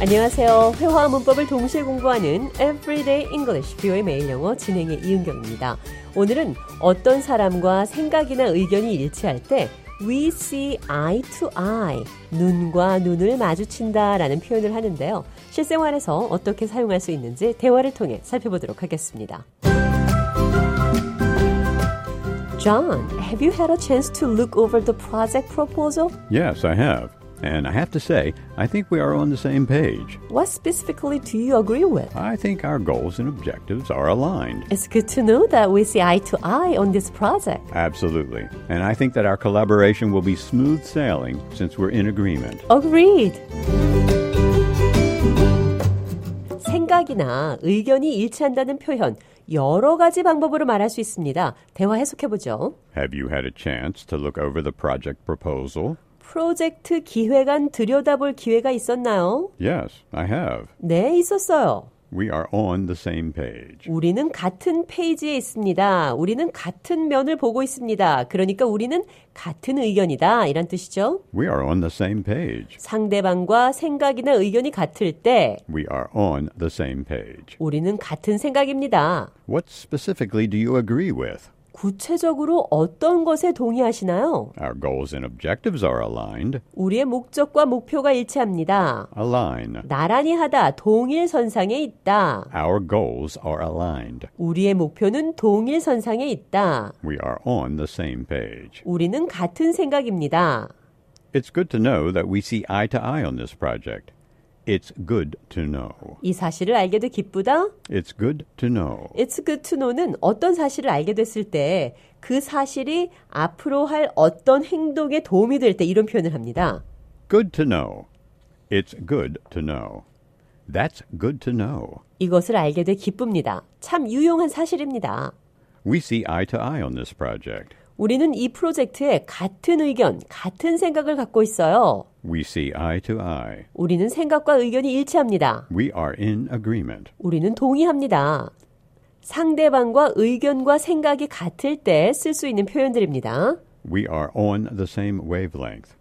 안녕하세요. 회화와 문법을 동시에 공부하는 Everyday English 뷰의 매일 영어 진행의 이은경입니다. 오늘은 어떤 사람과 생각이나 의견이 일치할 때 we see eye to eye, 눈과 눈을 마주친다라는 표현을 하는데요. 실생활에서 어떻게 사용할 수 있는지 대화를 통해 살펴보도록 하겠습니다. John, have you had a chance to look over the project proposal? Yes, I have. And I have to say, I think we are on the same page. What specifically do you agree with? I think our goals and objectives are aligned. It's good to know that we see eye to eye on this project. Absolutely. And I think that our collaboration will be smooth sailing since we're in agreement. Agreed. 생각이나 의견이 일치한다는 표현 여러 가지 방법으로 말할 수 있습니다. 대화 해석해 보죠. Have you had a chance to look over the project proposal? 프로젝트 기획안 들여다볼 기회가 있었나요? Yes, I have. 네, 있었어요. We are on the same page. 우리는 같은 페이지에 있습니다. 우리는 같은 면을 보고 있습니다. 그러니까 우리는 같은 의견이다. 이란 뜻이죠. We are on the same page. 상대방과 생각이나 의견이 같을 때 We are on the same page. 우리는 같은 생각입니다. What specifically do you agree with? 구체적으로 어떤 것에 동의하시나요? Our goals and objectives are aligned. 우리의 목적과 목표가 일치합니다. Align. 나란히 하다 동일 선상에 있다. Our goals are aligned. 우리의 목표는 동일 선상에 있다. We are on the same page. 우리는 같은 생각입니다. It's good to know that we see eye to eye on this project. It's good to know. 이 사실을 알게 돼 기쁘다. It's good to know. It's good to know는 어떤 사실을 알게 됐을 때 그 사실이 앞으로 할 어떤 행동에 도움이 될 때 이런 표현을 합니다. Good to know. It's good to know. That's good to know. 이것을 알게 돼 기쁩니다. 참 유용한 사실입니다. We see eye to eye on this project. 우리는 이 프로젝트에 같은 의견, 같은 생각을 갖고 있어요. We see eye to eye. 우리는 생각과 의견이 일치합니다. We are in agreement. 우리는 동의합니다. 상대방과 의견과 생각이 같을 때 쓸 수 있는 표현들입니다. We are on the same wavelength.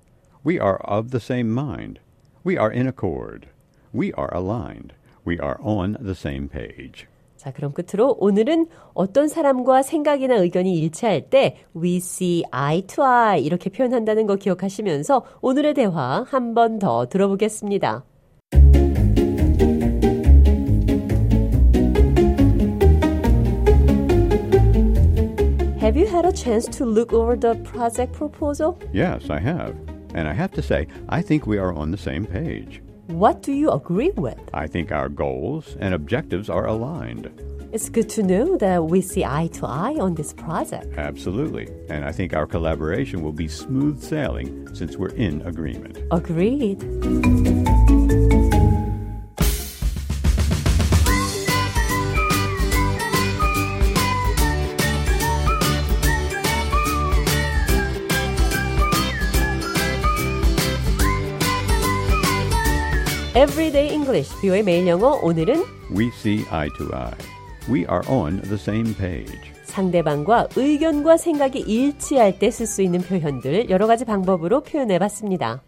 We are of the same mind. We are in accord. We are aligned. We are on the same page. 자, 그럼 끝으로 오늘은 어떤 사람과 생각이나 의견이 일치할 때 we see eye to eye 이렇게 표현한다는 거 기억하시면서 오늘의 대화 한 번 더 들어보겠습니다. Have you had a chance to look over the project proposal? Yes, I have. And I have to say, I think we are on the same page. What do you agree with? I think our goals and objectives are aligned. It's good to know that we see eye to eye on this project. Absolutely. And I think our collaboration will be smooth sailing since we're in agreement. Agreed. Everyday English, 뷰의 매일 영어. 오늘은 We see eye to eye. We are on the same page. 상대방과 의견과 생각이 일치할 때 쓸 수 있는 표현들 여러 가지 방법으로 표현해 봤습니다.